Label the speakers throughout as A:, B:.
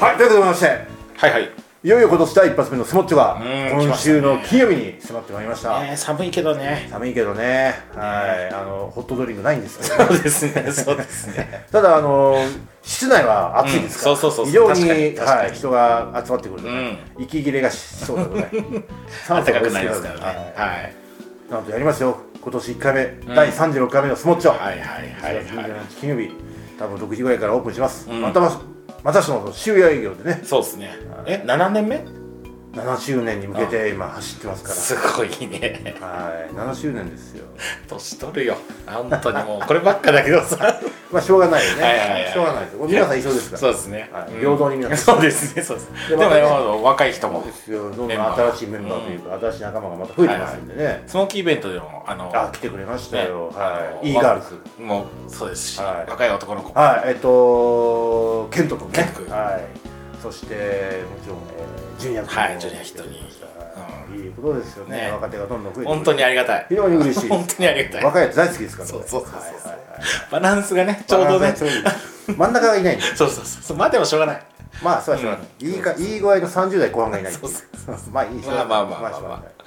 A: はいということでございまして
B: はいはい、
A: いよいよ今年第一発目のスモッチョが
B: うん
A: 今週の金曜日に迫ってまいりました
B: えー寒いけどね
A: 寒いけどねはいあのホットドリンクないんですけど
B: そうですねそうですね
A: ただあの室内は暑いですから、
B: うんそうそうそう
A: 非常に
B: 確かに確かに
A: はい、人が集まってくると、ね息切れがしそうだよ ね
B: 暖
A: 寒
B: かくなりますからね
A: はい
B: はい
A: なんとやりますよ今年1回目、第36回目のスモッチョ、
B: はいはいはい
A: 1月
B: はい
A: 27日金曜日多分6時ぐらいからオープンします、
B: うん
A: またままたその終夜営業でね
B: そうですねえ7年目
A: 7周年に向けて今走ってますから
B: すごいね
A: はい、7周年ですよ。
B: 年取るよ本当にもうこればっかだけどさ
A: まあ、しょうがないよね。
B: はいはいはい
A: しょうがないですよ。皆さん一緒ですから。
B: そうですね、
A: はい
B: うん
A: 平等に皆さ
B: そうですねそうですね
A: で
B: で
A: ま
B: も
A: た
B: ね
A: ね
B: 若い人も
A: ですよ。どんどん
B: メンバー
A: 新しいメンバーというか、新しい仲間がまた増えてますんでね。
B: スモーキーイベントでもあの
A: あ、来てくれましたよ。はい。
B: ね
A: イーガールズ。
B: もうそうですし、
A: はい
B: 若い男の子も
A: はい、えっと、ケント君ね
B: ケント。君
A: はい。そして、もちろん、えージュニア君も
B: はいジュニアヒットに
A: はいいいことですよね
B: ね
A: 若手がどんどん増えてくる
B: 本当にありがたい
A: 非常に嬉しい。
B: 本当にありがたい
A: 若いやつ大好きですからね。
B: そうそうそうそう
A: はいはいはい
B: バランスがねちょうどね
A: ちょうど真ん中がいないんで。
B: そうそうそうそうまあでもしょうがない
A: まあそうはしょうがない、いいかいい具合の30代後半がいないっていう
B: そう
A: まあいいしょうがない
B: まあまあまあ
A: しょうが
B: まあ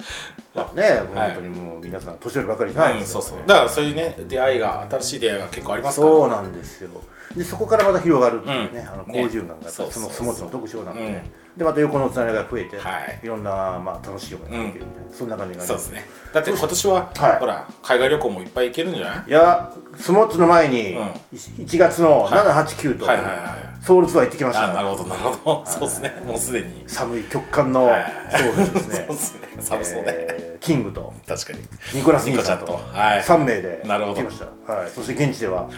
A: ないまあね、
B: はい
A: 本当にもう皆さん年寄りばかりじゃない
B: うん
A: です
B: そう
A: よ
B: そうだからそういうね出会いが新しい出会いが結構ありますから
A: そうなんですよでそこからまた広がるっていうね、
B: うん
A: あの好
B: ね
A: 循環があって、
B: そう
A: そ
B: そうそ
A: の
B: う
A: スモーツの特徴なので、
B: うん
A: でまた横のつながりが増えて、
B: はい
A: ろんな、まあ、楽しいようになっているみたいな、そんな感じが
B: そうですねだって今年は、
A: はい
B: ほら海外旅行もいっぱい行けるんじゃない
A: いやスモーツの前に、
B: うん
A: 1月の789と、
B: はいはいは
A: ソウルツアー行ってきました
B: あ
A: ね、
B: なるほどなるほどそうですねもうすでに
A: 寒い極寒のソウルですね
B: そうですね寒そうね、
A: えーキングと
B: 確かに
A: ニコラス・ニーさん
B: ニ
A: と
B: コちゃんとはい
A: 3名で
B: なる
A: 行
B: ほ
A: き
B: ど
A: ました、はい、そして現地では、
B: はい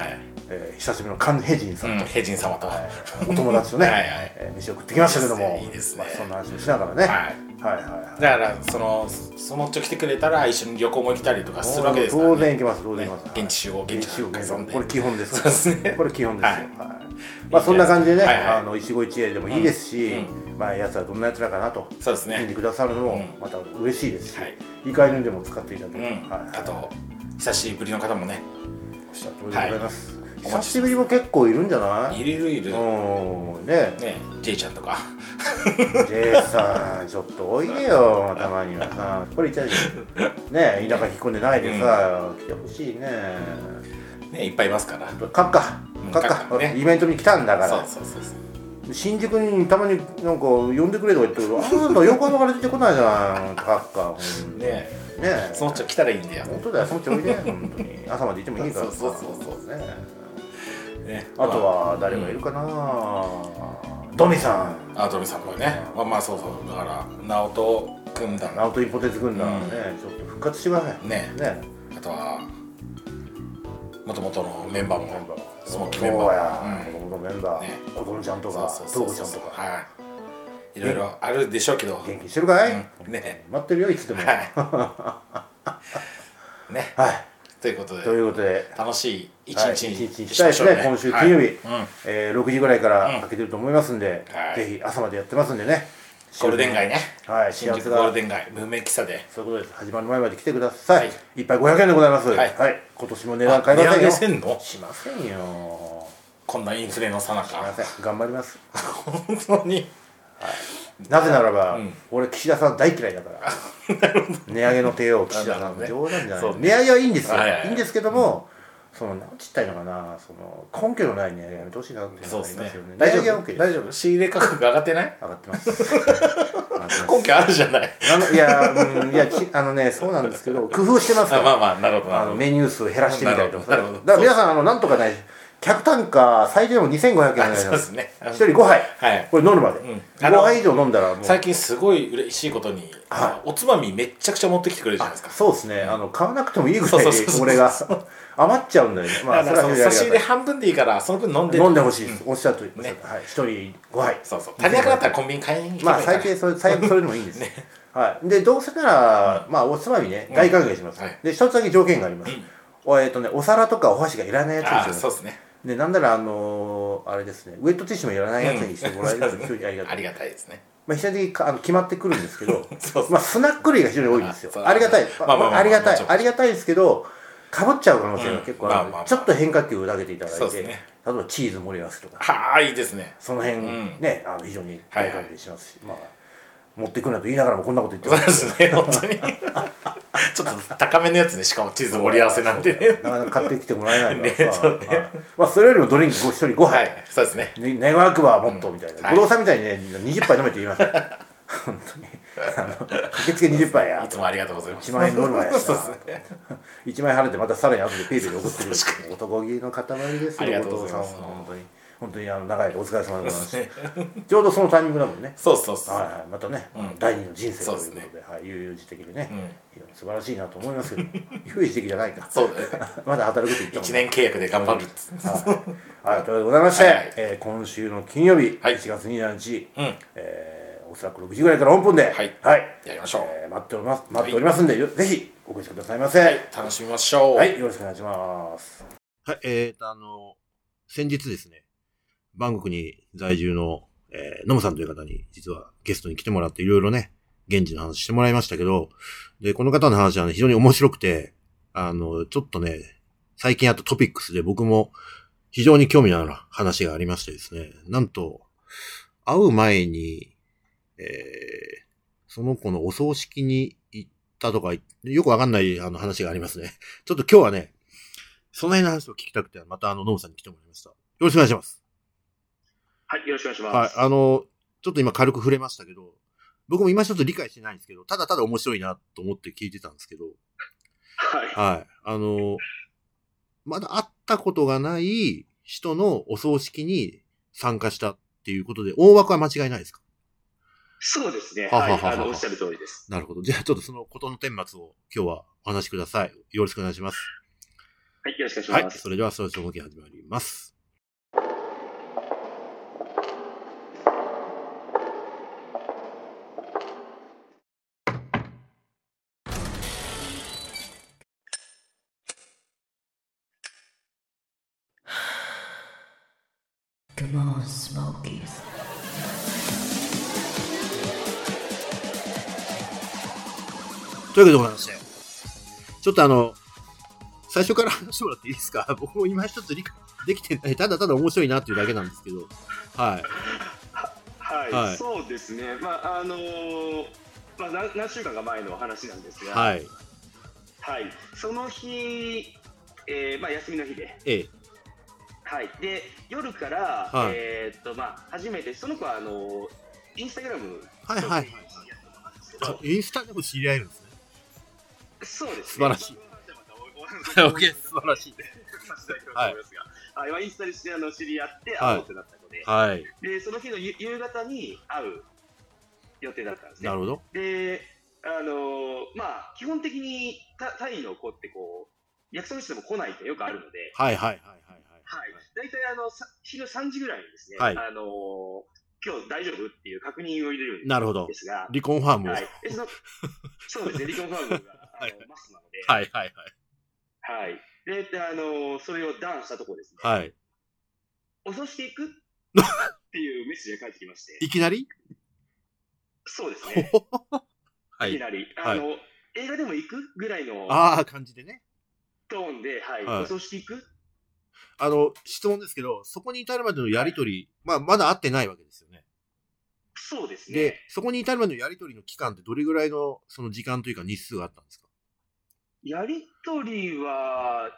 A: えー久しぶりのカン・ヘジンさ
B: うん
A: と、
B: ん平人様とは、
A: はいお友達とね
B: はいはい
A: えー飯を食ってきましたけども
B: いいですね
A: ま
B: いい
A: あ、
B: です
A: そ
B: ね
A: んな話をしながらね、
B: はい
A: はいはいはい
B: だからそのそのっちょ来てくれたら一緒に旅行も行きたりとかするわけですから、ね、
A: 当然行きます当然行きます、
B: ね現地集合
A: はい
B: 現地集合
A: 現地集
B: 遊んで
A: 合これ基本です
B: そうですね
A: これ基本ですよ、は
B: はいい
A: まあそんな感じでね、
B: はいはい
A: あの一期一会でもいいですし、まあやつはどんなやつらかなと
B: そうですね
A: 見てくださるのも
B: うん
A: また嬉しいですし、
B: はい
A: 理解のでも使っていただけ
B: う
A: れば
B: ん、
A: はいはい
B: あと久しぶりの方もね
A: おっしゃる通りでございます、
B: い
A: 久しぶりも結構いるんじゃない
B: いるいるいる、
A: うんね
B: ね J ちゃんとか
A: J さんちょっとおいでよたまにはさこれ言っちゃうじゃんね田舎引っ込んでないでさ、来てほしいね
B: ねいっぱいいますから
A: 書くか
B: うん
A: 書くか
B: 書、くね
A: イベントに来たんだか
B: そう
A: ら
B: そうそうそう
A: 新宿にたまになんか呼んでくれとか言って るけどあんた横浜から出てこないじゃん書くかほん
B: ね
A: ねえ
B: そのっちょ来たらいいんだよ
A: 本当だよそのうちおいで本当に朝まで行ってもいいからさ
B: そうそうそうそう
A: ね
B: ね
A: あとは誰がいるかな、ドミさん
B: あドミさんもねまあまあそうそうだから直人君だな
A: ナオトインポテツ軍団はね、ちょっと復活してください
B: ね
A: ね
B: あとはもともとのメンバーもスモッキー
A: そう
B: メンバ
A: や
B: ー、
A: 子供
B: も、
A: のメンバー、
B: ね
A: 子供ちゃんと
B: うん、そう
A: か
B: そ
A: ト
B: うそ
A: ウ
B: う
A: コち
B: そ
A: ゃ
B: うん
A: とか
B: はいいろいろあるでしょうけど
A: 元気してるかい、
B: うんね
A: 待ってるよいつでもはい、
B: はいねということで
A: ということで
B: 楽しい一
A: はい
B: 日
A: 一日
B: に
A: にしたいですね今週金曜日、
B: はいうん
A: えー6時ぐらいから開けてると思いますんで、
B: はい
A: ぜひ朝までやってますんでね
B: ゴールデン街ね
A: はい
B: 新
A: 幸せ
B: 宿
A: が
B: ゴールデン街無名喫茶で
A: そういうことです始まる前まで来てください、、
B: はい
A: っぱい500円でございます
B: はい
A: 今年も値段変えませんよ
B: 値上げせんの
A: しませんよ
B: こんなインフレのさな
A: すいま
B: か
A: せん頑張ります
B: 本当に
A: なぜならば、
B: うん
A: 俺岸田さん大嫌いだ から値上げの帝王岸田さん、
B: なるほどね
A: 冗談じゃな
B: そう
A: い
B: ね
A: 値上げはいいんですよ、
B: はいいはいはい
A: い、んですけども、そのなんちったいのかなその根拠のない値上げやめてほしいなっていうの
B: そう
A: があ
B: で
A: り
B: す
A: ま
B: ね
A: すよね
B: 大
A: 値上げ
B: 丈
A: は OK
B: 夫
A: です
B: 大丈夫仕入れ価格が上がってない
A: 上がってます上がってます
B: 根拠あるじゃない
A: なのいや、うん、いやちあのねそうなんですけど工夫してますか
B: あ
A: ら
B: まあまあなるほど
A: あ
B: なる
A: の
B: ほ
A: メニュー数を減らしてみたりとか
B: なるほどなる
A: だ
B: ほど
A: から皆さんあのなんとかね客単価最低でも2500円お願い
B: ど
A: し
B: そう
A: ま
B: ですすね
A: 一人5杯、
B: はい
A: これ飲むまで、
B: ん
A: 5杯以上飲んだらもう
B: 最近すごい嬉しいことに
A: は
B: おつまみめっちゃくちゃ持ってきてくれるじゃないですか
A: そうですね、あの買わなくてもいいぐ
B: そ
A: ら
B: う
A: い
B: そうそうそう
A: 俺が余っちゃうんだよねまあ
B: だ
A: そ
B: か
A: れ
B: ら
A: は
B: そ
A: 非常にありが
B: の差し入
A: た
B: れ
A: い
B: 半分でいいからその分飲んで
A: 飲んでほしいです、おっしゃるとりです、
B: ね
A: はい、1人5杯
B: そうそう足りなくなったらコンビニ買いに来てく
A: ま
B: れた
A: あ
B: ら
A: 最低それ最悪それでもいいんです、はい、でどうせなら、まあおつまみね大歓迎します、
B: はい
A: で一つだけ条件があります、おえっとね、お皿とかお箸がいらないやつ
B: あ
A: にして
B: そう
A: も
B: ですね
A: でなんならあのーあれですねウェットティッシュもいらないやつにしてもらえると非常にありがた
B: あ
A: い、
B: りがたいですね
A: まあ、非常にかあの決まってくるんですけど
B: そうそう
A: まあ、スナック類が非常に多いんですよ
B: あそう
A: ありがたい、
B: まあまあまあ
A: ありがたい
B: もちろん
A: ありがたいですけどかぶっちゃう可能性が結構あるので、
B: うんまあまあまあ
A: ちょっと変化球を投げていただい
B: そう
A: て、
B: ですね
A: 例えばチーズ盛り合わせとか
B: はあいいですね
A: その辺、
B: うん
A: ねあの非常に
B: はい
A: 大
B: はい
A: 関係しますし、まあ持ってくるなと言いながらもこんなこと言って
B: そう
A: ま
B: ですすね本 当にちょっと高めのやつねしかもチーズ盛り合わせなんて ね
A: なかなか買ってきてもらえないから
B: ね
A: さ、
B: そうね
A: はいまあ、それよりもドリンク一人5
B: は
A: 杯、
B: いそうですね
A: ね、願わくばもっとみたい
B: うん
A: な、
B: はい
A: 五郎さんみたいにね20杯飲めって言いますよ 本当にあの駆けつけ20杯や
B: いつもありがとうございます
A: 1万円乗るわやし
B: そ
A: な
B: うですね
A: 1万円払ってまたさらに後でペイペイで送ってくる
B: 確か
A: 男気の塊です
B: あり
A: よ
B: が
A: お
B: とうご
A: 父
B: ざい
A: さん
B: ま
A: は本
B: す
A: 当に本当にあの長い間お疲れ様でございま
B: そうです
A: す
B: ね
A: ちょうどそのタイミングだもんね
B: そうそうそう
A: はいはいまたね、
B: うん
A: 第二の人生ということ
B: そう
A: で
B: です
A: はい、悠々自適でね、
B: うん
A: 非常に素晴らしいなと思いますけど悠々自適じゃないか
B: そうだね
A: まだ働くって言った
B: 1
A: もんね
B: 年契約で頑張るっつって
A: はい、はい、ということでございまして、
B: はいはい
A: えー今週の金曜日、
B: はい
A: 1月27日、
B: うん
A: えーおそらく6時ぐらいからオープンで、
B: はいやりましょう
A: えー待っております待っておりますんで、よぜひお越しくださいませ、
B: 楽しみましょう
A: はい、よろしくお願いします。
C: はい、えーと、あの、先日ですね、バンコクに在住の、えー、ノムさんという方に、実はゲストに来てもらって、いろいろね、現地の話してもらいましたけど、で、この方の話はね、非常に面白くて、あの、ちょっとね、最近やったトピックスで僕も非常に興味のある話がありましてですね、なんと、会う前に、えー、その子のお葬式に行ったとか、よくわかんないあの話がありますね。ちょっと今日はね、その辺の話を聞きたくて、またあの、ノムさんに来てもらいました。よろしくお願いします。
D: はい、よろしくお願いしま
C: はい
D: す。、
C: あの、ちょっと今軽く触れましたけど、僕も今ちょっと理解してないんですけど、ただただ面白いなと思って聞いてたんですけど、
D: はい。
C: はい、あの、まだ会ったことがない人のお葬式に参加したっていうことで、大枠は間違いないですか
D: そうですね。
C: はは
D: はい。
C: はは
D: あの、おっしゃる通りです。
C: なるほど。じゃあちょっとそのことの顛末を今日はお話しください。よろしくお願いします。
D: はい、よろしくお
C: は
D: 願いし
C: い、
D: ます。
C: それではそろそろ動き始まります。
E: Come on, Smokies.
C: というわけでございまして、ちょっとあの、最初から 話してもらっていいですか僕も今一つ理解 できてない、ただただ面白いなっていうだけなんですけど、はい。
D: はい、
C: はい
D: そうですね。まあ、あのーまあ、何何週間か前のお話なんですが、
C: はい。
D: はい。その日、えーまあ、休みの日で、
C: ええ。
D: はい。で、夜から、
C: はい
D: えーっと、まあ、初めて、その子は、あのーインスタグラム、
C: はいはい。あインスタでも知り合えるんですね。
D: そうです、ね。
C: 素晴らしい
D: ま あ。
C: OK 素晴らしい
D: ね。はいますが。あ今インスタで知りあの知り合って、
C: はい
D: 会おうってなったので、
C: はい。
D: で、その日の夕夕方に会う予定だったんですね
C: な。るほど。
D: で、あのーまあ、基本的にタタイの子ってこう、約束しても来ないってよくあるので、
C: はいはいはいはい
D: はい。大体あの、さ昼3時ぐらいにですね、
C: はい
D: あのー今日大丈夫っていう確認を入れる
C: はい。なるほ
D: ん
C: ど
D: で。すが、
C: 離婚ファームを。は
D: はいい。えそのそうですね、リコンファームが、あ
C: はい
D: の、マスなので、
C: はいはい。
D: はい。で、であのーそれをダウンしたところですね、
C: はい。
D: お葬式行くっていうメッセージが返ってきまして、
C: いきなり
D: そうですね、
C: はい
D: き
C: い。
D: なり、
C: はい
D: あの、映画でも行くぐらいの
C: ああ、感じでね。
D: トーンで、はい、
C: はい
D: お葬式行く
C: あの、質問ですけど、そこに至るまでのやりとり、まあ、まだ会ってないわけですよね。
D: そうですね。
C: で、そこに至るまでのやりとりの期間ってどれぐらいのその時間というか日数があったんですか
D: やりとりは、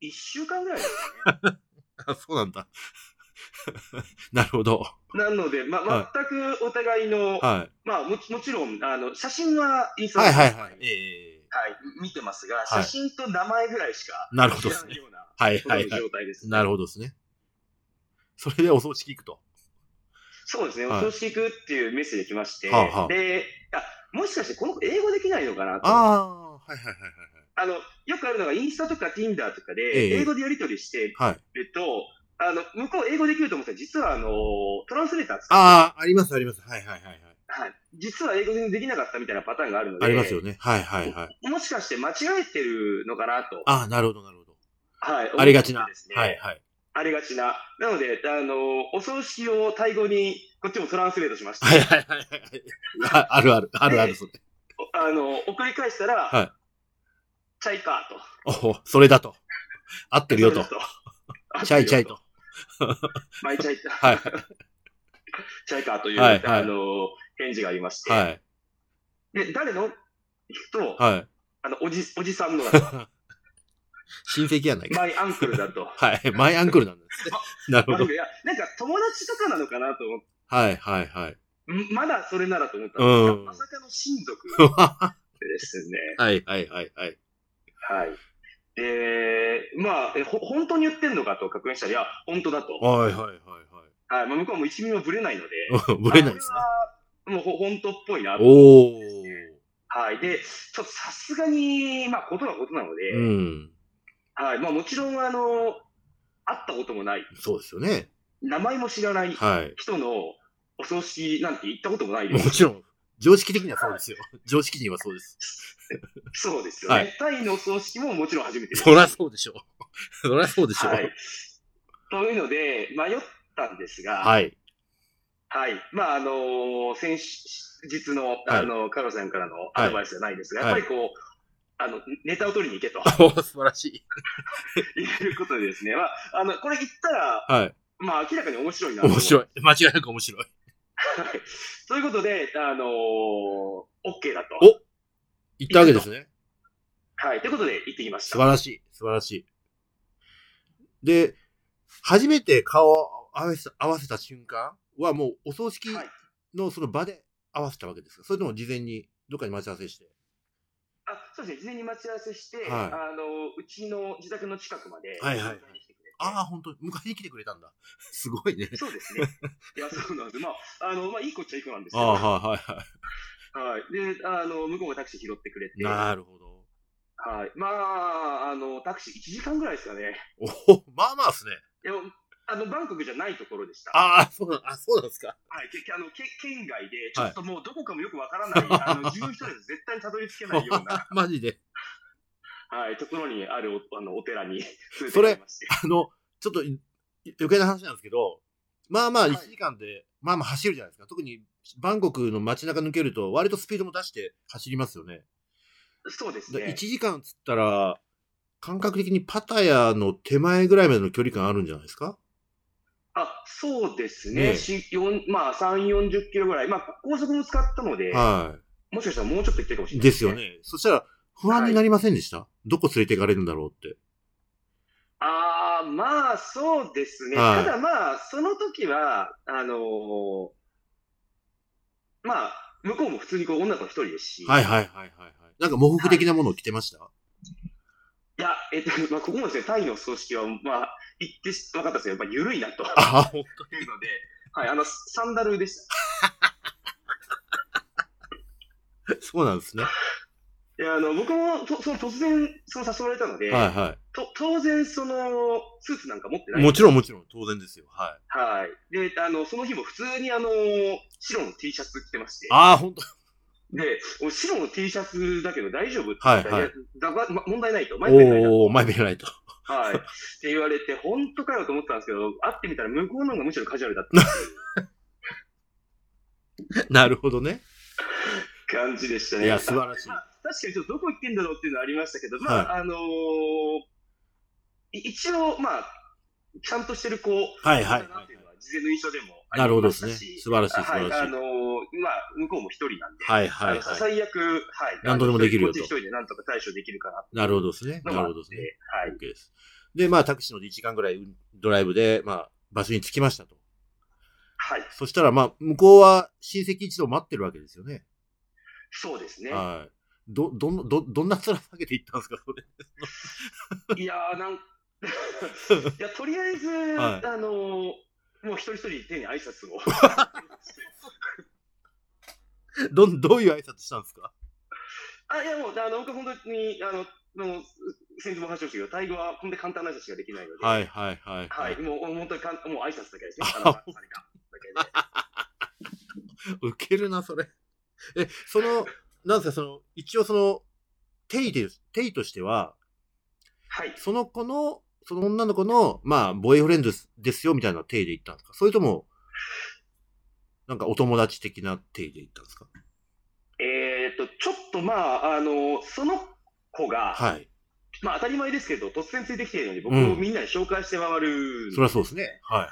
D: 1週間ぐらいです
C: あ そうなんだ。なるほど。
D: なので、ま
C: は
D: 全くお互いの、
C: は
D: まあもち、もちろん、あの、写真はインス
C: い。
D: タ
C: はいはい
D: は
C: はいい。え
D: 見てますが、
C: はい
D: 写真と名前ぐらいしか
C: ー、なるほ
D: 知
C: どで
D: ら
C: す
D: ない
C: ね。
D: ような
C: はい
D: この
C: はいはい。
D: 状態です、
C: なるほどですね。それでお葬式行くと。
D: そうですね、
C: はい
D: お葬式行くっていうメッセージが来まして、
C: はあはあ
D: で、あもしかしてこの子英語できないのかなと。
C: ああー、はいはいはい
D: あの、よくあるのがインスタとか Tinder とか
C: ええ
D: で、英語でやりとりして
C: はい。はい。
D: ると、あの、向こう英語できると思ったら、実はあの、トランスレーター使って
C: ああ、ありますあります。はいはいはいはい。
D: はい、実は英語全然できなかったみたいなパターンがあるので、
C: ありますよね。はいはいはい。
D: もしかして間違えてるのかなと、
C: ああ、なるほどなるほど。
D: はい、
C: ありがちな
D: 思ってですね
C: はいはい。
D: ありがちな。なので、あの、お葬式をタイ語に、こっちもトランスレートしました。
C: はいはいはいはい。ああるある。あるある。それ。
D: おあの、送り返したら、
C: はい
D: チャイかと。
C: おお、それだと。合ってるよと。チャイチャイ。と。
D: マイチャイか。
C: はい。
D: チャイかという、
C: はいは
D: あ
C: い
D: の返事がありまして。
C: はい。
D: で、誰の聞くと、
C: はい。
D: あの、おじ、おじさんの だと
C: 親戚やないか。
D: マイアンクルだと。
C: はい。マイアンクルなん ですね。なる
D: な
C: ほ
D: ん
C: ど。
D: かいや、なんか友達とかなのかなと思って
C: はいはいはい。
D: んまだそれならと思ったんですが、
C: うん
D: まさかの親族
C: は
D: ですね。
C: いはいはいはい。
D: はい。で、まあ、えほ本当に言ってんのかと確認したら、いや、本当だと。は
C: はいはいはい
D: い。まあ、向こうも一ミリもぶれないので、
C: はい。ぶれないです
D: あこれはもうほ本当っぽいな
C: な。。おお。
D: はい。で、ちょっとさすがに、まあ、ことはことなので、
C: うん。
D: はい。まあ、もちろん、あの、会ったこともない、
C: そうですよね。
D: 名前も知らない
C: はい。
D: 人のお葬式なんて行ったこともないで
C: も
D: す。
C: ちろん、常識的にはそうですよ。常識人はそうです。
D: そうですよね。
C: はい
D: タイのお葬式ももちろん初めてです。
C: そりゃそうでしょう。そりゃそうでしょう。
D: はい。というので、迷ったんですが、はい。
C: はい。
D: まあ、あの先日の、あのカロさんからのアドバイスじゃないですが、
C: はい
D: やっぱりこう、あの、ネタを取りに行けと
C: おー素晴らしい。
D: いうことでですね、まあ、あの、これ言ったら、
C: はい。
D: まあ、明らかに面白いなと。
C: 面白い。間違いなく面白い。
D: はい。ということで、あの OK だ
C: お
D: と。
C: 言ったわけですね。
D: はい。ということで、行ってきまし
C: 素
D: た。
C: 晴らしい。素晴らしい。で、初めて顔を合わせ合わせた瞬間はもうお葬式
D: はい
C: のその場で合わせたわけですか、それとも事前にどっかに待ち合わせして。
D: あそうですね、事前に待ち合わせして、
C: い
D: あのうちの自宅の近くまで、
C: はいはいはい
D: 迎えに来てくれて
C: ああ、本当に迎えに来てくれたんだ。 すごいね。
D: そうです ね。いや、そうなんです。まあ、あの、まあ、いい子っちゃいい子なんですけ
C: あ
D: ど、
C: あ、
D: はい。
C: はいはいは
D: で、あの、向こうがタクシー拾ってくれ
C: い。
D: て、は
C: なるほど。
D: い。まあ、あの、タクシー1時間ぐらいですかね。
C: おお、まあまあですね。
D: でも、あの、バンコクじゃないところでした。は
C: ああ、そうなん、あ、そうなん ですか。
D: い。けあのけ県外で、ちょ
C: はい
D: っともうどこかもよくわからない、 あの、自分一人で絶対にたどり着けないような、
C: マジで。
D: はい、ところにあるお、あの、お寺に連れて
C: それ
D: 行きまして。
C: あの、ちょっとい余計な話なんですけど、まあまあ
D: はい
C: 1時間で、まあまあ走るじゃないですか。特にバンコクの街中抜けると、割とスピードも出して走りますよね。
D: そうです
C: で1
D: ね。
C: 時間っつったら、感覚的にパタヤの手前ぐらいまでの距離感あるんじゃないですか
D: あ、そうです
C: ね
D: ね。
C: え
D: し四まあ、3、40キロぐらい。まあ、高速も使ったので、
C: は
D: もしかしたらもうちょっと行ってるかもしれ
C: い。
D: ない
C: ですよ。ね。そしたら、不安になりませんでした、どこ連れて行かれるんだろうって。
D: ああ、まあ、そうですね。
C: はい
D: ただまあ、その時は、あのーまあ、向こうも普通にこう女の子一人ですし、
C: はいはいはいはいはい。なんか喪服的なものを着てました、
D: いや、えっと、 まあ、ここもですね、タイの葬式は、まあ、言ってし分かったんですけど、やっぱ緩いなと、
C: ああ、ほん
D: いうので、はい、あの、サンダルでし
C: とそうなんですね。は
D: た。いや、あの、僕も、とその突然、その誘われたの
C: い
D: で、
C: は。
D: と当然、その、スーツなんか持ってないい。
C: もちろんもちろん、当然ですよ。はい。
D: はい。で、あの、その日も普通に、あの、白の T シャツ着てまして、
C: ああ、ほんと。
D: で、俺白の T シャツだけど大丈夫って
C: は
D: 言
C: い
D: ったら、
C: はい
D: やだばま問題ないと、前に出ないな
C: おお、前見えないと。
D: はい。って言われて、本当かよと思ったんですけど、会ってみたら向こうの方がむしろカジュアルだった
C: なるほどね。
D: 感じでした
C: い
D: ね。
C: や、素晴らしい
D: ま。あ、確かにちょっとどこ行ってんだろうっていうのはありましたけど、まあ、あのーい一応、まあ、ちゃんとしてる子、
C: はいはい
D: だなっていうのは事前の印象でもあ
C: なる
D: り
C: ほど
D: ま
C: で
D: し
C: す
D: た
C: ね。
D: し
C: 素晴らしい、素
D: はい、
C: 晴ら
D: あ
C: しい。
D: のーまあ、向こうも一人なんで、
C: はいはい
D: あの
C: はい。
D: 最悪、はい。
C: 何とでもできるよと
D: こっち一人でなんとか対処できるかなっていう
C: なるほどですね。
D: の
C: な
D: もあ
C: る
D: って
C: ほどですね。
D: はい。
C: OK です。で、まあ、タクシーの1時間ぐらいドライブで、まあ、場所に着きましたと。
D: はい。
C: そしたら、まあ、向こうは親戚一同待ってるわけですよね。
D: そうですね。
C: はい。ど、どん、ど、どんな面下げていったんですか、それ。
D: いやー、なん、いや、とりあえず、
C: はい
D: あのーもう一人一人手に挨拶 を。
C: どん、どういう挨拶したんですか
D: あ、いや、もう、あの、僕は本当に、あの、もう先日もお話をしたけど、タイ語はこんな簡単な挨拶しかできないので、
C: はいはいはい
D: は。
C: はいい。
D: もう、本当にかん、もう挨拶だけ ですね。
C: あ
D: あの、あれか。だけで
C: ウケるな、それ。え、その、なんですか、その、一応その、テイで、テイとしては、
D: はい。
C: その子の、その女の子の、まあ、ボーイフレンドですよ、みたいな体で言ったんですかそれとも、なんかお友達的な体で言ったんですか
D: えっ、と、ちょっと、まあ、あのその子が、
C: はい。
D: まあ当たり前ですけど、突然ついてきてるのに、僕
C: うん
D: をみんなに紹介して回る、
C: そりゃそうですね。はいはい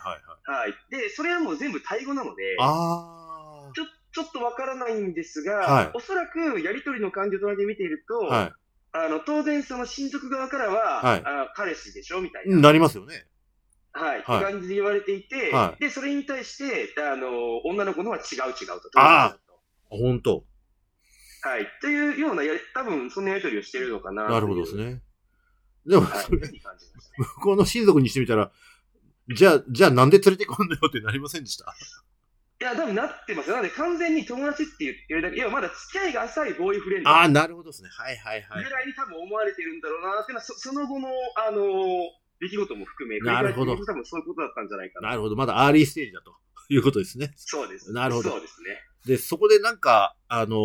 C: は
D: は
C: い。
D: い。で、それはもう全部タイ語なので、
C: あ
D: ちょちょっとわからないんですが、
C: はい
D: おそらくやりとりの感情とだけ見ていると、
C: あ。は
D: あの当然、その親族側からは、
C: はい
D: あ彼氏でしょみたい
C: い。
D: な、
C: なりますよね。
D: はい
C: はい
D: 感じで言われていて、
C: は
D: でそれに対してあの女の子のは違う違うと。
C: あほんと。
D: はい、というようなやり、多分そんなやりとりをしてるのかな。
C: なるほどです
D: ね。
C: ね。でも、
D: はい、
C: それ、
D: いい感じましたね
C: 向こうの親族にしてみたら、じゃあ、じゃあなんで連れてこんだよってなりませんでした
D: いや、多分なってますよ。なので、完全に友達って言ってるだけ、いや、まだ付き合いが浅いボーイフレンド
C: ああ、なるほどですね。はいはいは
D: ぐ
C: い。
D: らいに多分思われてるんだろうなっていうのは、そその後の、あのー出来事も含め、
C: なるほど
D: 振り返ってみると多分そういうことだったんじゃないかな。
C: なるほど。まだアーリーステージだということですね。
D: そうです。
C: なるほど
D: そうですね。
C: で、そこでなんか、あの、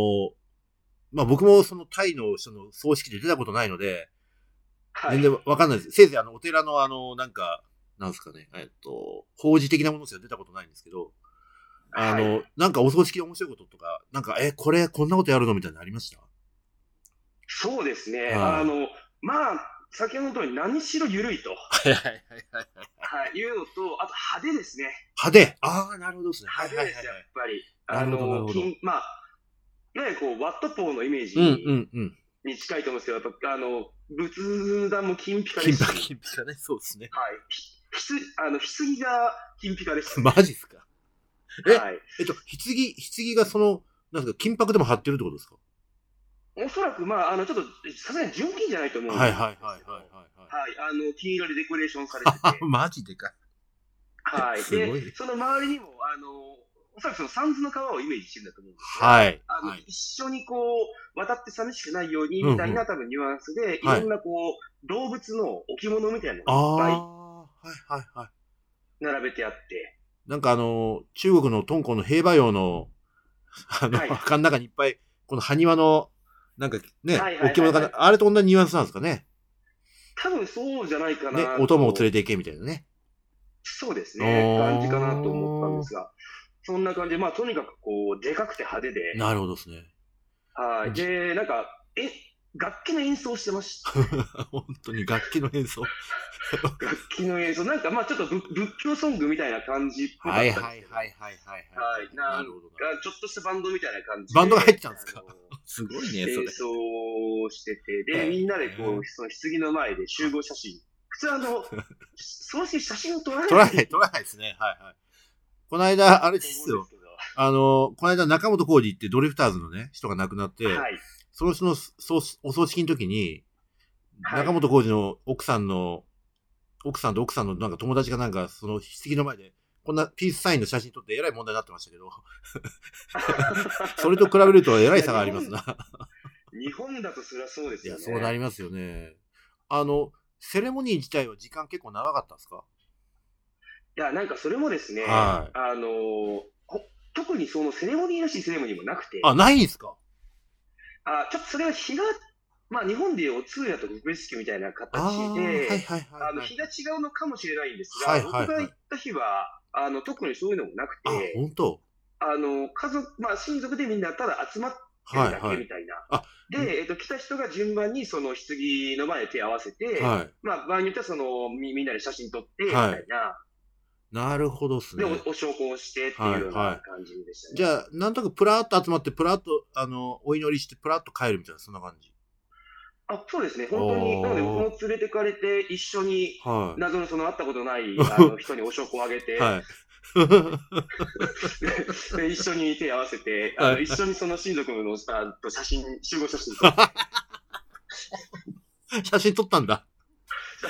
C: まあ、僕もそのタイのその葬式で出たことないので、
D: はい。
C: 全然わかんないです。せいぜいあの、お寺のあの、なんか、なんですかね、えっと、法事的なものしか出たことないんですけど、あの、
D: はい
C: なんかお葬式で面白いこととか、なんか、え、これ、こんなことやるのみたいなのありました
D: そうですね。
C: はい
D: あの、まあ、先ほどの通り何しろ緩いと、
C: はいはいはいはい。
D: はい、いうのと、あと派手ですね。
C: 派手ああ、なるほどですね。はい
D: 派
C: は
D: 手
C: い
D: です、やっぱり。
C: な
D: あ
C: るほどなるほ
D: の、
C: ど
D: 金まあ、いわゆるこう、ワットポーのイメージ
C: うんうんうん。
D: に近いと思うんですけど、やっぱ、あの、仏壇も金ピカで
C: 金
D: した
C: 箔
D: し、
C: 金箔がね、そうですね。
D: はい。ひひつあの、棺が金ピカでしたね、
C: マジっすかえ
D: はい。
C: えっと、棺、棺がその、なんですか、金箔でも貼ってるってことですか
D: おそらく、まあ、あの、ちょっと、さすがに純金じゃないと思うんです
C: は
D: け
C: い
D: ど
C: はいはいはいはい。
D: はい、あの、金色でデコレーションされてて、
C: マジでかい。
D: はい。
C: すごいね
D: で、その周りにも、あの、おそらくその三途の川をイメージしてるんだと思うんですよ
C: はい。
D: あの、
C: はい
D: 一緒にこう、渡って寂しくないように、
C: うんうん
D: みたいな、多分ニュアンスで、い
C: はい
D: ろんなこう、動物の置物みたいな
C: あ
D: のがいっぱ
C: あ、はいはいはい
D: 並べてあって、
C: い。なんかあの、中国の敦煌の兵馬俑の、あの、
D: はい
C: 墓の中にいっぱい、この埴輪の、なんかね
D: はいはいはい、はい
C: 置物かな、あれと同じニュアンスなんですかね。
D: 多分そうじゃないかな
C: ね、
D: と。
C: お供を連れていけみたいなね。
D: そうですね。
C: おー
D: 感じかなと思ったんですが、そんな感じで、まあ、とにかくこう、でかくて派手で、
C: なるほどですね。
D: はい。で、なんか、え、楽器の演奏してま した。
C: 本当に楽器の演奏。
D: 楽器の演奏。なんか、まあ、ちょっと仏仏教ソングみたいな感じっぽかったん
C: はい
D: ですけど。
C: はいはいはいはい。
D: はいなんか
C: なるほどな。
D: がちょっとしたバンドみたいな感じで。
C: バンドが入ってたんですか
D: あの
C: すごいね、そ
D: 演
C: れ。
D: 奏をしてて、
C: え
D: で、
C: え
D: みんなで
C: え
D: こ
C: え
D: う、その棺の前で集合写真。普通あ の、そうして写真を撮らない。
C: 取らない、取らないですね。はいはい。この間、あれです
D: と思うん
C: よ
D: で。すけど
C: あの、この間中本浩二ってドリフターズのね、人が亡くなって、
D: はい。
C: その人のそうお葬式の時に、
D: はい
C: 中本浩二の奥さんの、奥さんと奥さんのなんか友達がなんか、その棺の前で、こんなピースサインの写真撮ってえらい問題になってましたけど、 それと比べるとえ らい差がありますな。
D: 日本だとそりゃそうです
C: い
D: よ
C: や、
D: ね。
C: そうなりますよね。あの、セレモニー自体は時間結構長かったんですか
D: いや、なんかそれもですね、
C: は
D: あのほ特にそのセレモニーらしいセレモニーもなくて、
C: あ、ないんですか
D: あちょっとそれは日が、まあ日本でいうお通夜と特別式みたいな形
C: あー
D: で、
C: はいはいはい、
D: あの
C: はい
D: 日が違うのかもしれないんですが、
C: はいはいはい
D: 僕が行った日は、あの特にそういうのもなく
C: あ、
D: て、
C: 本当
D: あの家族、まあ、親族でみんなただ集まってる
C: はい
D: だ
C: は
D: け
C: い
D: み。たいな。
C: あ
D: で、えっと、来た人が順番にその棺の前で手を合わせて、
C: はい。
D: まあ、場合によってはそのみみんなで写真撮ってみたいな、
C: はいなるほどっすね
D: で。おお証拠をしてっていうよう
C: はいは
D: ない感じでしたね。
C: じゃあ、なんとなくプラーッと集まって、プラーッと、あの、お祈りして、プラーッと帰るみたいな、そんな感じ。
D: あそうですね、本当に、
C: おー
D: なので僕も連れてかれて、一緒に
C: は
D: 謎のその会ったこと ないあの人にお証拠をあげて、
C: い。はい。
D: で一緒に手合わせて、あ
C: は
D: の
C: い
D: 一緒にその親族のあと写真、集合写真撮 って、
C: 写真撮ったんだ。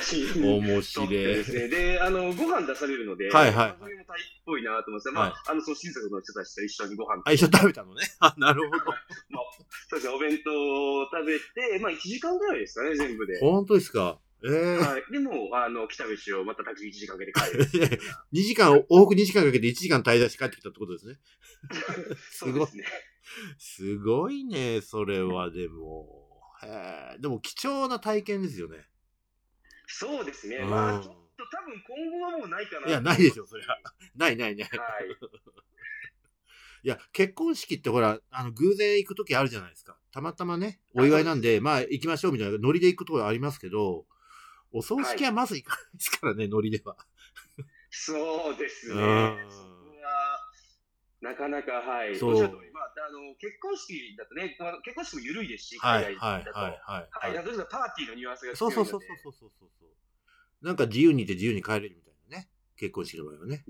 D: 写真
C: 面
D: 撮っ
C: 白
D: てで
C: い。
D: すね、であのご飯出されるので、
C: はいはい
D: それもタイっぽいなと思って、まあ
C: はい
D: あのその親族の人たちと一緒にご飯
C: あ、一緒に食べたのね。 あ、なるほど。
D: そうですねお弁当を食べて、まあ、1時間ぐらいですかね、全部で。
C: 本当ですか。ええ
D: はい、でもあの来た道をまたタクシー1時間かけて帰るっていうような
C: 二2時間、往復2時間かけて1時間滞在して帰ってきたってことですね。す
D: そう
C: ご
D: で
C: い。
D: すね。
C: すごいね、それはでも。へえ。でも貴重な体験ですよね。
D: そうですね。
C: うん
D: まあ、ちょっと多分今後はもうないかな。
C: いや、ないでしょ、そりゃ。ないないない。
D: はい。
C: いや、結婚式ってほら、あの、偶然行くときあるじゃないですか。たまたまね、お祝いなんで、まあ行きましょうみたいな、ノリで行くところありますけど、お葬式はまず行かないですからね、ノリでは。
D: そうですね。そこ
C: うん
D: はなかなか、はい。
C: そう
D: おっしゃる通りまあ、あの、結婚式だとね、まあ結婚式も緩いですし、
C: はい、
D: 海
C: は
D: 外
C: い、
D: だと。
C: はい、
D: は。
C: はいい。
D: だとパーティーのニュアンスが強
C: そ
D: いうの
C: そ
D: で。
C: うそうそうそうそうそうそう。なんか自由にいて自由に帰れるみたいなね。結婚式の場合はね。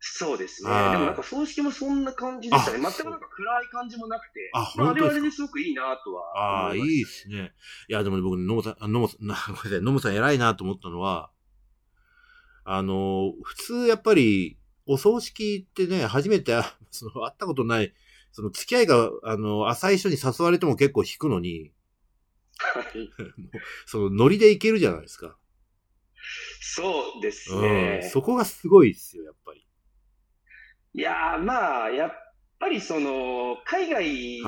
D: そうですね。
C: はい
D: でもなんか葬式もそんな感じでしたね。
C: あ
D: 全くなんか暗い感じもなくて。
C: あ
D: まあ、あ
C: 本当
D: れ
C: です
D: は
C: か
D: あれですごくいいなとは
C: ああ、
D: 思
C: い
D: ました。
C: いですね。いや、でもね僕、ノムさん、あノムさん、なごめんなさい、ノムさん偉いなと思ったのは、あの、普通やっぱり、お葬式ってね、初めて、あ その、会ったことない、その、付き合いが、あの、浅い人に誘われても結構引くのに、
D: はい
C: その、ノリでいけるじゃないですか。
D: そうです
C: うん。
D: ね。
C: そこがすごいですよ、やっぱり。
D: いやーまあ、やっぱりその、海外に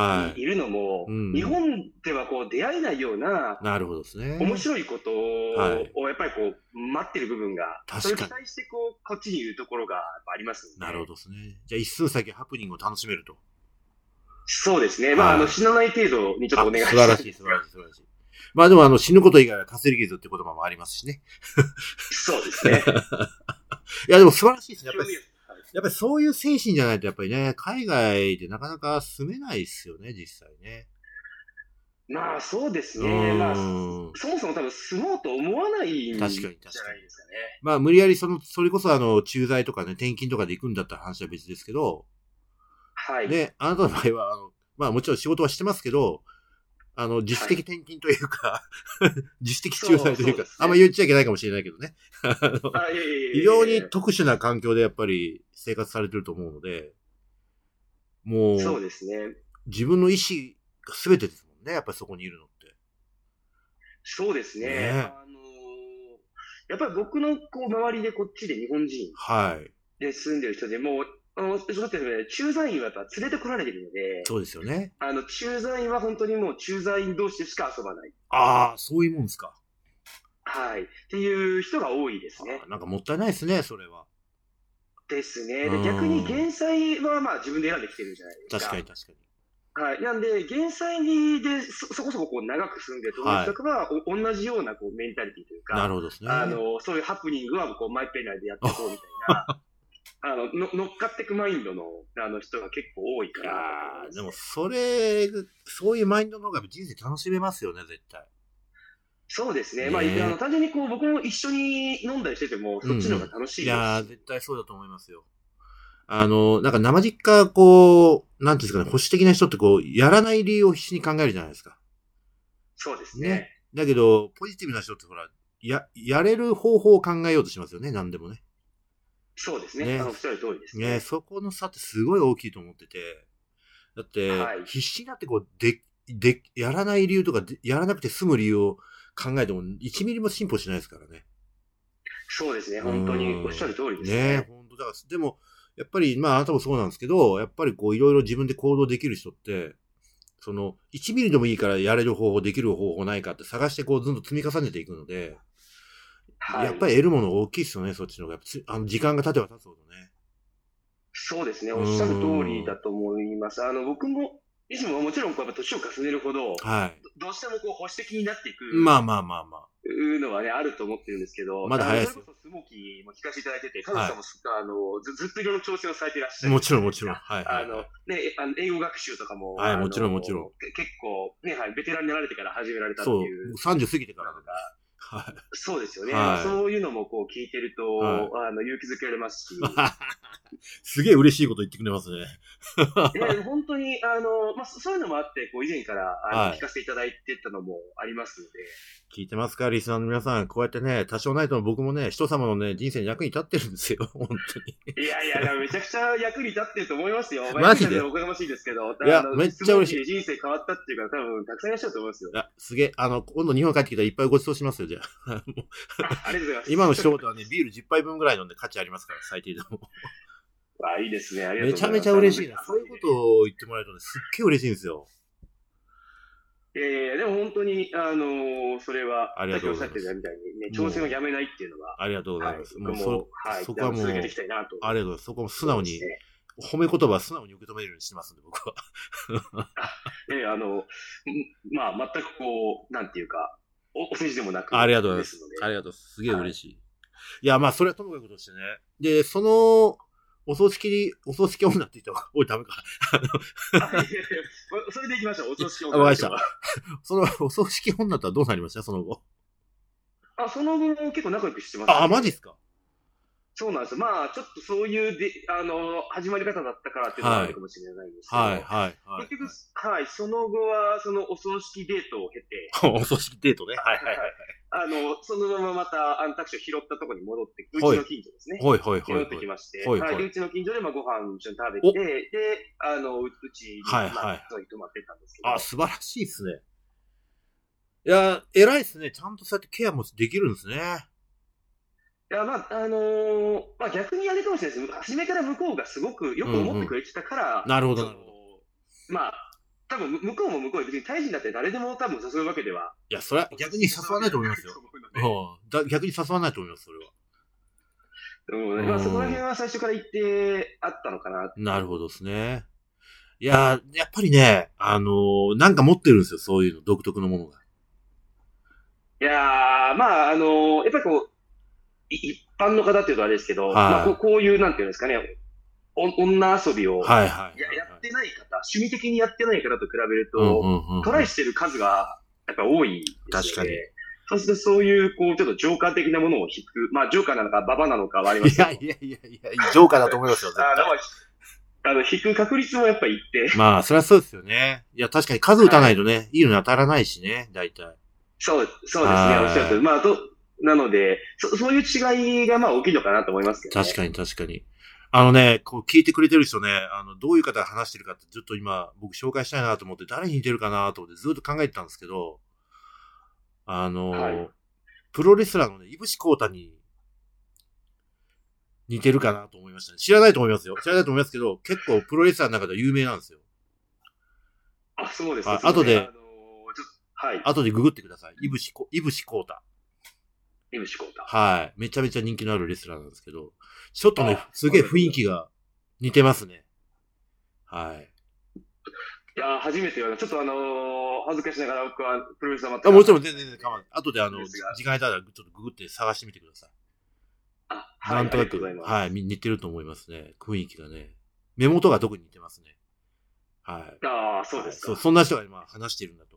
D: いるのも、
C: はいうん
D: 日本ではこう出会えないような、
C: なるほどですね。
D: 面白いこと
C: はい
D: をやっぱりこう、待ってる部分が、
C: 確
D: それを
C: かに
D: 期待してこう、こっちにいるところがやっぱありますので。
C: なるほどですね。じゃあ、一寸先ハプニングを楽しめると。
D: そうですね。まあ、
C: はい
D: あの、死なない程度にちょっとお願い
C: あ素晴らしい、素晴らしい、素晴らしい。まあでも、あの、死ぬこと以外は稼ぎ傷って言葉もありますしね。
D: そうですね。
C: いや、でも素晴らしいですね。やっぱり、
D: は
C: やっぱりそういう精神じゃないと、やっぱりね、海外でなかなか住めないですよね、実際ね。
D: いまあ、そうです
C: う
D: ね。まあ、
C: ーん。
D: そもそも多分住もうと思わないんじゃないですか
C: 確かに
D: ね
C: 確かに。まあ、無理やり、その、それこそ、あの、駐在とかね、転勤とかで行くんだったら話は別ですけど、
D: はい。
C: ね、あなたの場合は、あの、まあもちろん仕事はしてますけど、あの、自主的転勤というか、 自主的駐在という
D: そうそう
C: か、
D: ですね
C: あんま言っちゃいけないかもしれないけどね。
D: あいえいえいえいえ
C: 非常に特殊な環境でやっぱり生活されてると思うので、もう、
D: そうですね。
C: 自分の意思が全てですもんね、やっぱりそこにいるのって。
D: そうですね。
C: ね
D: あのーやっぱり僕のこう周りでこっちで日本人
C: はい。
D: で住んでる人でもう、あの、そうですね、駐在員はやっぱ連れてこられてるので、
C: そうですよね。
D: あの、駐在員は本当にもう駐在員同士でしか遊ばない。
C: ああ、そういうもんですか。
D: はい。っていう人が多いですね
C: あ。ーなんかもったいないですね、それは。
D: ですね。
C: うん
D: で、逆に減災はまあ自分で選んできてるじゃないですか。
C: 確かに確かに。
D: はい。なんで、減災にでそ、そこそここう長く住んでる友達とかは、お同じようなこうメンタリティというか、
C: なるほどですね。
D: あの、そういうハプニングはこうマイペナーでやっていこうみたい な、あのの、乗っかってくマインドのあの人が結構多いか
C: いや
D: ら。
C: ーでもそれ、そういうマインドの方が人生楽しめますよね、絶対。
D: そうですね。まあ、
C: ね
D: あの単純にこう僕も一緒に飲んだりしてても、そっちの方が楽しい
C: い
D: です。
C: やー、絶対そうだと思いますよ。あの、なんか生実家、こう、なんていうんですかね、保守的な人ってこう、やらない理由を必死に考えるじゃないですか。
D: そうですね。
C: ねだけど、ポジティブな人ってほら、や、やれる方法を考えようとしますよね、何でもね。
D: そうですね。
C: ね
D: あのおっしゃる通りですね。
C: ね、そこの差ってすごい大きいと思ってて、だって、
D: はい
C: 必死になってこう、で、で、やらない理由とか、でやらなくて済む理由を考えても、1ミリも進歩しないですからね。
D: そうですね。本当におっしゃる通りですね。
C: ね本当だから、でも、やっぱり、まあ、あなたもそうなんですけど、やっぱりこう、いろいろ自分で行動できる人って、その、1ミリでもいいからやれる方法、できる方法ないかって探して、こう、ずんと積み重ねていくので、
D: はい、
C: やっぱり得るもの大きいですよね、そっちの方が。やっぱつあの時間が経てば経つほどね。
D: そうですね。おっしゃる通りだと思います。あの、僕も、いつももちろんこうやっぱ年を重ねるほど、
C: はい。
D: どうしてもこう保守的になっていく。
C: まあまあまあまあ。
D: いうのはね、あると思ってるんですけど、
C: まだ早い
D: あの
C: です
D: そ
C: よ
D: れこそスモーキーも聞かせていただいてて、彼女さんもすあのずずっといろいろ挑戦をされていらっしゃる。
C: もちろんもちろん。はい、は
D: あ
C: い
D: の、ね、えあの英語学習とかも。
C: はい
D: あの
C: もちろんもちろん
D: け結構、ね、はい、ベテランになられてから始められたって
C: そう
D: いう。。
C: 30過ぎてからだから。はい。
D: そうですよね。
C: はい
D: そういうのもこう聞いてると、
C: は
D: あの、勇気づけられますし。
C: すげえ嬉しいこと言ってくれますね。
D: で本当に、あの、まあ、そそういうのもあって、こう、以前から、あの、
C: はい
D: 聞かせていただいてたのもありますので。
C: 聞いてますかリスナーの皆さん。こうやってね、多少ないとも僕もね、人様のね、人生に役に立ってるんですよ。 本当に。
D: いやいや、でもめちゃくちゃ役に立ってると思いますよ。
C: マジで
D: おこがましいですけど。
C: いや
D: あの
C: めっちゃ嬉しい
D: スモーキーで人生変わったっていうか、多分たくさんいらっしゃると思い ますよ。
C: あすげえ、あの、今度日本帰ってきたらいっぱいご馳走しますよ、じゃあ。もう
D: ありがとうございます。
C: 今の一言 はね、ビール10杯分ぐらい飲んで価値ありますから、最低でも。
D: あ、いいですね。ありがと
C: め
D: うご
C: ち
D: ざ
C: ゃ
D: います。
C: めちゃ嬉しいな。
D: あ
C: そういうことを言ってもらえるとね、すっげえ嬉しいんですよ。
D: えー、でも本当に、あのーそれは、
C: ありがとうござい
D: さっ
C: ま
D: きお
C: す
D: っしゃってたみたいにね、挑戦をやめないっていうのは、
C: ありがとうございます。もうそ
D: 僕も
C: こ、
D: はい、
C: そこはもう、あ
D: 続けて
C: り
D: いき
C: が
D: たいなと。
C: とうございます。そこも素直
D: そう
C: に
D: です、ね
C: 褒め言葉は素直に受け止めるようにしてますんで、僕は。
D: ええあの、んまあ、全くこう、なんていうか、おお世辞でもなく、
C: ありがとうございます
D: ですので
C: ありがとう。すげえ嬉しい。い、や、まあ、それはともかくとしてね。で、その、お葬式に、お葬式女って言ったら、 おい、ダメか。
D: あいやいや それでいきましょう、お葬式を。
C: あわかりました その、お葬式女とはどうなりましたその後。
D: あ、その後も結構仲良くしてます、
C: あ、マジっすか
D: そうなんですよ。まあ、ちょっとそういうで、あの、始まり方だったからっていうのもあるかもしれないんですけど、
C: はい、はい、はい。
D: 結局、はい、その後は、そのお葬式デートを経て、
C: お葬式デートね。はい、はい、
D: あの、そのまままた、あの、タクシーを拾ったところに戻って、うち
C: はい
D: の近所ですね。
C: はい。はい、はい、
D: 戻って
C: は
D: き
C: い。
D: まして、
C: は
D: はいい
C: はい
D: でうちの近所でまあご飯一緒に食べて、で、あの、ううちに、
C: はい
D: ま
C: はい
D: あ、泊まってたんですけど、
C: あ、素晴らしいっすね。いや、偉いっすね。ちゃんとそうやってケアもできるんですね。
D: いや、まあ、あのーまあ逆にあれかもしれないです。初めから向こうがすごくよく思ってくれてたから、
C: なるほど、
D: そ
C: な
D: の
C: るほど。
D: まあ、多分向こうも向こうで別に大事になって誰でも多分誘うわけでは。
C: いや、それは逆に誘わないと思 いますよ。うんだ逆に誘わないと思います、それは。
D: うんまあ、そこら辺は最初から言ってあったのかな。
C: なるほどですね。いやー、やっぱりね、あのーなんか持ってるんですよ、そういうの、独特のものが。
D: いやー、まあ、あのーやっぱりこう、い一般の方っていうとあれですけど、
C: はい
D: まあこう、こういう、なんていうんですかね、お女遊びを、
C: はいはいはい。
D: ややってない方、趣味的にやってない方と比べると、
C: うんうんうん。
D: トライしてる数がやっぱ多いです
C: 確か
D: よ
C: に
D: ね。そしてそういう、こう、ちょっとジョーカー的なものを引く。まあ、ジョーカーなのか、ババなのかはあります
C: い
D: けど。
C: やいやいやいや、ジョーカーだと思いますよ、絶
D: あだか
C: 対。
D: らあの、引く確率もやっぱ一定。
C: まあ、そりゃそうですよね。いや、確かに数打たないとね、い、いのに当たらないしね、大体。
D: そう、そうですね
C: は。い
D: おっしゃるとおりまあ、と、なので、そそういう違いが、まあ、大きいのかなと思いますけど、ね。
C: 確かに確かに。あのね、こう聞いてくれてる人ね、あの、どういう方が話してるかって、ずっと今、僕紹介したいなと思って、誰に似てるかなと思ってずっと考えてたんですけど、あの、
D: はい
C: プロレスラーのね、いぶしこうたに、似てるかなと思いましたね。知らないと思いますよ。知らないと思いますけど、結構プロレスラーの中では有名なんですよ。
D: あ、そうです
C: はい
D: そうす
C: 後で
D: あのーちょっとはい。
C: 後でググってください。いぶしこ、いぶしこうた。
D: イムシコータ。
C: はい。めちゃめちゃ人気のあるレスラーなんですけど、ちょっとね
D: あ、
C: すげえ雰囲気が似てますね。はい。
D: いやー、初めて言われた。ちょっとあのー恥ずかしながら僕はプロレス様
C: あもちろん全然全然構わない。後であの、
D: で
C: 時
D: すが
C: 間空いたらちょっとググって探してみてください。
D: あ、はい、
C: なん
D: あ
C: な
D: りがとうございます。
C: はい、み似てると思いますね。雰囲気がね。目元が特に似てますね。はい。
D: ああ、そうですか。
C: はいそそんな人が今話しているんだと。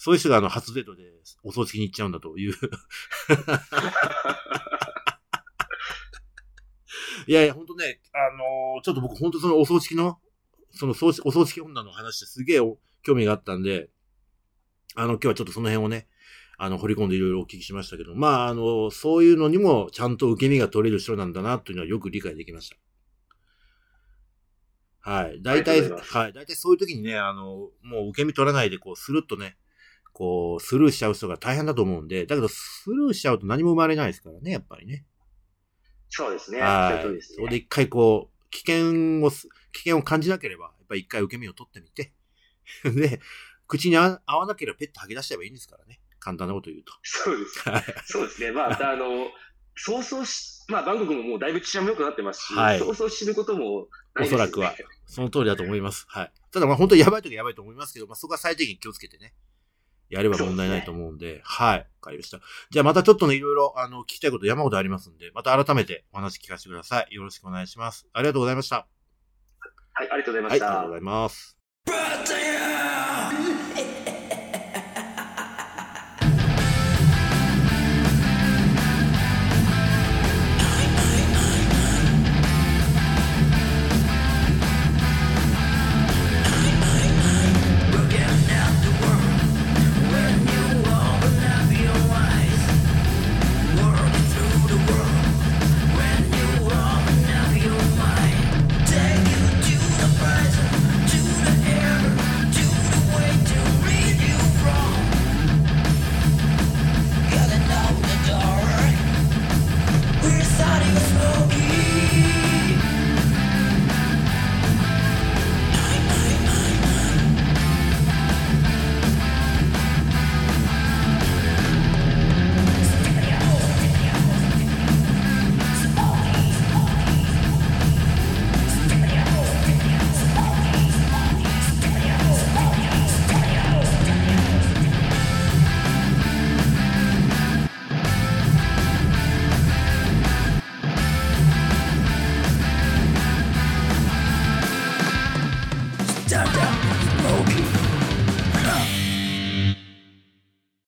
C: そういう人があの、初デートでお葬式に行っちゃうん だという。いやいや、ほんとね、あのーちょっと僕ほんとそのお葬式の、その葬式お葬式女の話ですげえお興味があったんで、あの、今日はちょっとその辺をね、あの、掘り込んでいろいろお聞きしましたけど、まあ、あの、そういうのにもちゃんと受け身が取れる人なんだな、というのはよく理解できました。はい。大
D: ありがとうご
C: 体、
D: ざいます
C: はい。大体そういう時にね、あの、もう受け身取らないで、こう、スルッとね、こう、スルーしちゃう人が大変だと思うんで、だけど、スルーしちゃうと何も生まれないですからね、やっぱりね。
D: そうですね。
C: は
D: そう
C: い
D: で。す
C: それ
D: ね。
C: で一回こう、危険をす、危険を感じなければ、やっぱり一回受け身を取ってみて、 で、口に合合わなければペット吐き出しちゃえばいいんですからね。簡単なこと言うと。
D: そうです。
C: はい
D: そうですね。まあ、あの、そうそうし、まあ、バンコクももうだいぶ治安も良くなってますし、
C: はい
D: そうそう死ぬこともないです、ね、
C: おそらくはその通りだと思います。はい。ただまあ本当にやばい時はやばいと思いますけど、まあそこは最低限気をつけてね、やれば問題ないと思うんで、はい。わかりました。じゃあまたちょっとね、いろいろ、あの、聞きたいこと山ほどありますんで、また改めてお話聞かせてください。よろしくお願いします。ありがとうございました。
D: はい、ありがとうございまし
C: はい、あり
D: た。
C: がとうございます。
F: Take you to the present, to the air, to the ダダスモーキー